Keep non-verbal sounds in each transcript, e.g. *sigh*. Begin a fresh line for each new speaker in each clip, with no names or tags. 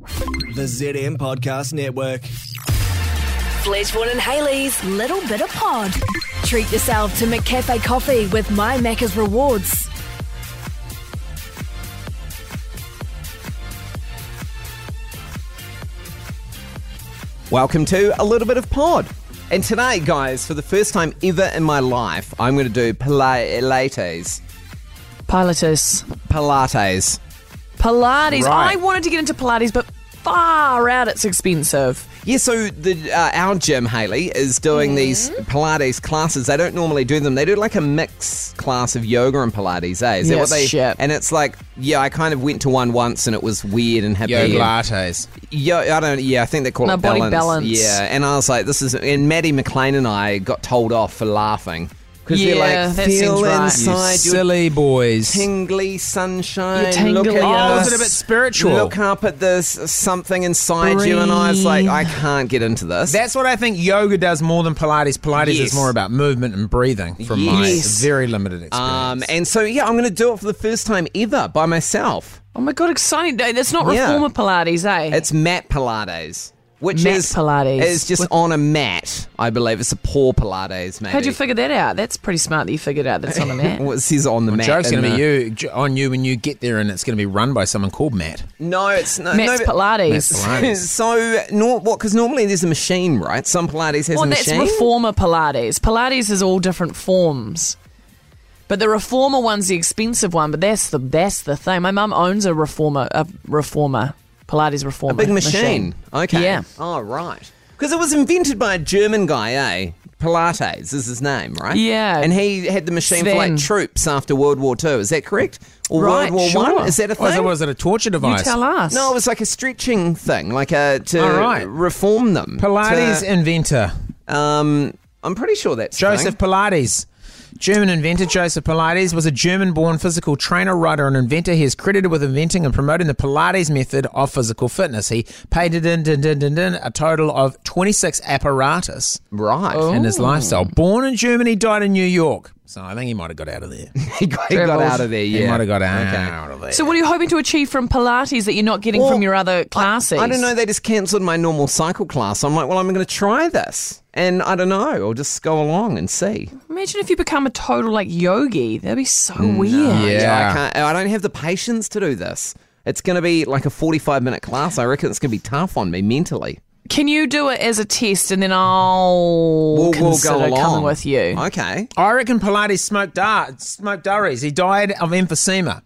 The ZM Podcast Network.
Fleshborn and Haley's Little Bit of Pod. Treat yourself to McCafe coffee with My Macca's Rewards.
Welcome to a little bit of pod. And today, guys, for the first time ever in my life, I'm going to do pilates.
Pilates.
Pilates.
Pilates.
Right.
I wanted to get into Pilates, but far out, it's expensive.
Yeah, so the uh, our gym, Haley, is doing these Pilates classes. They don't normally do them. They do like a mix class of yoga and Pilates, eh? Is that
Yeah,
what they?
shit.
And it's like, yeah, I kind of went to one once and it was weird and happy.
Yoga
and-
lattes.
Yo, I don't. Yeah, I think they call
No,
it
body
balance.
balance.
Yeah, and I was like, this is. And Maddie McLean and I got told off for laughing because
Yeah,
they're like,
that
feel
seems right.
You
inside your
silly boys.
tingly sunshine.
Your tingly
look at
Oh,
this.
is it a
bit spiritual?
Look up at this something inside you, and I was like,
Breathe.
I can't get into this.
That's what I think yoga does more than Pilates. Pilates
Yes.
is more about movement and breathing from
Yes.
my very limited experience.
um, and so yeah, I'm going to do it for the first time ever by myself.
Oh my god, exciting! No, That's not
Yeah.
reformer Pilates, eh?
It's mat Pilates, which
Mat
is
Pilates.
is just
With-
on a mat, I believe. It's a poor Pilates, maybe.
How'd you figure that out? That's pretty smart that you figured out that's on
*laughs*
the mat.
Well, it says on the mat.
Joke's
in
going to be
the-
you j- on you when you get there, and it's going to be run by someone called Matt.
No, it's no,
Matt's
no, but-
Pilates.
Matt's Pilates.
*laughs* So, nor, what? Because normally there's a machine, right? Some Pilates has
Well,
a
Oh, that's
machine.
reformer Pilates. Pilates is all different forms. But the reformer one's the expensive one, but that's the that's the thing. My mum owns a reformer a reformer. Pilates reformer.
Big machine. Okay.
Yeah.
Oh, right. Because it was invented by a German guy, eh? Pilates is his name, right?
Yeah.
And he had the machine for like
Sven.
troops after World War Two. Is that correct? Or
Right,
World War
sure.
One? Is that a thing?
Was it, was it a torture
You
device?
tell us.
no, it was like a stretching thing, like a to
All right.
reform them.
Pilates inventor
To, um, I'm pretty sure that's a
Joseph
thing.
Pilates. German inventor Joseph Pilates was a German born physical trainer, writer, and inventor. He is credited with inventing and promoting the Pilates method of physical fitness. He patented in, din, din, din, din, a total of 26 apparatus.
Right.
in his lifestyle. Born in Germany, died in New York. So I think he might have got out of there.
*laughs* he got, he got
Travels.
out of there. Yeah.
He might have got out,
Okay.
of there.
So what are you hoping to achieve from Pilates that you're not getting
Well,
from your other classes?
I don't know. They just cancelled my normal cycle class. I'm like, well, I'm going to try this, and I don't know. I'll just go along and see.
Imagine if you become a total like yogi. That'd be so
Mm,
weird.
Yeah.
I can't. I don't have the patience to do this. It's going to be like a 45 minute class. I reckon it's going to be tough on me mentally.
Can you do it as a test and then I'll
We'll, we'll
consider
go along
coming with you?
Okay. *laughs*
I reckon Pilates smoked dar- smoked durries. He died of
*laughs*
emphysema.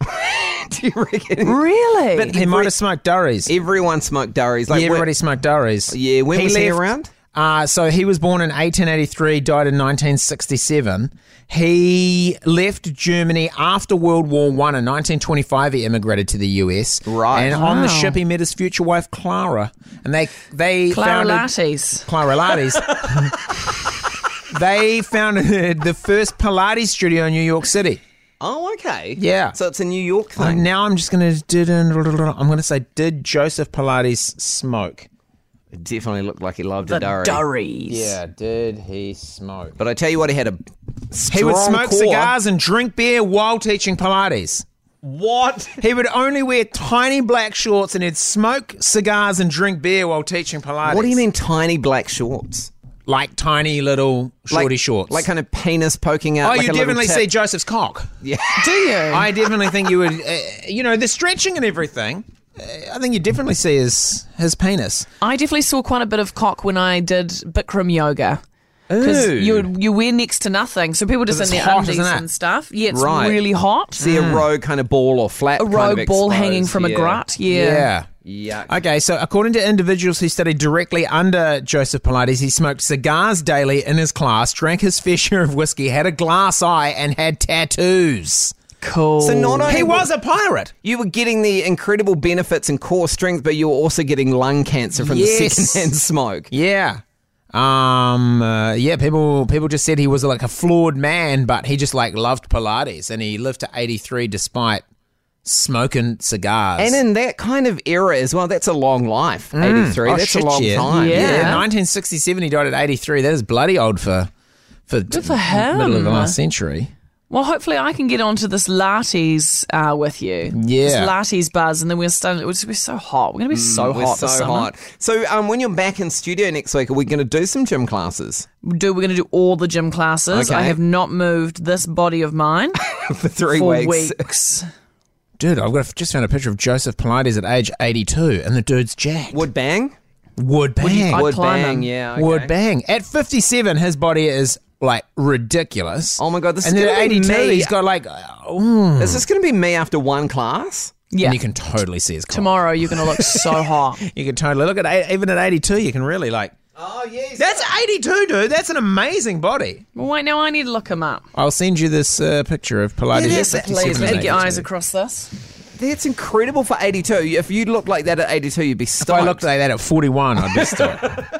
Do you reckon?
Really?
But
He might have smoked durries.
Everyone smoked durries. Like
yeah,
when-
everybody smoked durries.
Yeah, when was he
left-
around?
Uh, so he was born in 1883, died in 1967. He left Germany after World War One in 1925. He immigrated to the US.
Right.
and on the
Wow.
ship he met his future wife Clara, and they they
Clara
founded,
Lattes.
Clara
*laughs*
Lattes. they founded the first Pilates studio in New York City.
Oh, okay.
Yeah.
So it's a New York thing.
And now I'm just gonna did I'm gonna say did Joseph Pilates smoke?
It definitely looked like he loved
The
a durry.
durries.
did he smoke?
But I tell you what, he had a
He would
strong
smoke
core.
cigars and drink beer while teaching Pilates.
What?
He would only wear tiny black shorts and he'd smoke cigars and drink beer while teaching Pilates.
What do you mean tiny black shorts?
Like tiny little shorty
like,
shorts.
Like kind of penis poking
oh,
out. like
you
a little
definitely
tip.
see Joseph's cock.
*laughs*
Do you?
I definitely think you would. *laughs* Uh, you know, the stretching and everything. Uh, I think you definitely see his his penis.
I definitely saw quite a bit of cock when I did Bikram yoga. Because
Ooh.
you you wear next to nothing, so people just in
it's
their
hot,
undies
isn't it?
and stuff. Yeah, it's
Right.
really hot.
See a row kind of ball or flat.
Mm. a
kind
rogue
of
ball
exposed,
hanging from
yeah.
a grut. Yeah.
Yuck.
Okay, so according to individuals who studied directly under Joseph Pilates, he smoked cigars daily in his class, drank his *laughs* fair share of whiskey, had a glass eye, and had tattoos.
Cool.
So not only
He
were-
was a pirate.
you were getting the incredible benefits and core strength, but you were also getting lung cancer from the
Yes.
secondhand *laughs* smoke.
Yeah. Um. Uh, yeah. People. People just said he was like a flawed man, but he just like loved Pilates, and he lived to eighty three despite smoking cigars.
And in that kind of era as well, that's a long life. Eighty three.
Oh,
that's
shit,
a long
yeah.
time.
Mm. Yeah.
Yeah, 1967, he died at 83. That is bloody old for for,
for him.
middle of the last century.
Well, hopefully I can get onto this Lattes uh, with you.
Yeah.
This Lattes buzz, and then we're starting. We're, just, we're so hot. We're going to be so
Mm, We're
hot
so
this summer.
hot. So um, when you're back in studio next week, are we going to do some gym classes
Do we're going to do all the gym classes? I
Okay.
have not moved this body of mine
for *laughs* three
*laughs* for
weeks?
weeks.
Dude, I've got, just found a picture of Joseph Pilates at age 82, and the dude's jacked.
Wood bang,
Wood bang.
I'd
wood
climb
bang,
them.
yeah, okay.
Would bang. At 57, his body is like ridiculous.
Oh my God, this
and
is
then
gonna
at
be
82,
me.
he's got like, oh,
Is this going to be me after one class?
Yeah.
and you can totally see his cock.
Tomorrow you're going to look so hot. *laughs*
You can totally look at eight, even at 82, you can really like.
Oh yes.
That's 82, dude. That's an amazing body.
Well, wait, now I need to look him up.
I'll send you this uh, picture of Pilates. at
Yes,
57
Please,
and
let me
82.
get eyes across this.
That's incredible for 82. If you looked like that at 82, you'd be
If
stoked.
I looked like that at 41, I'd be stoked.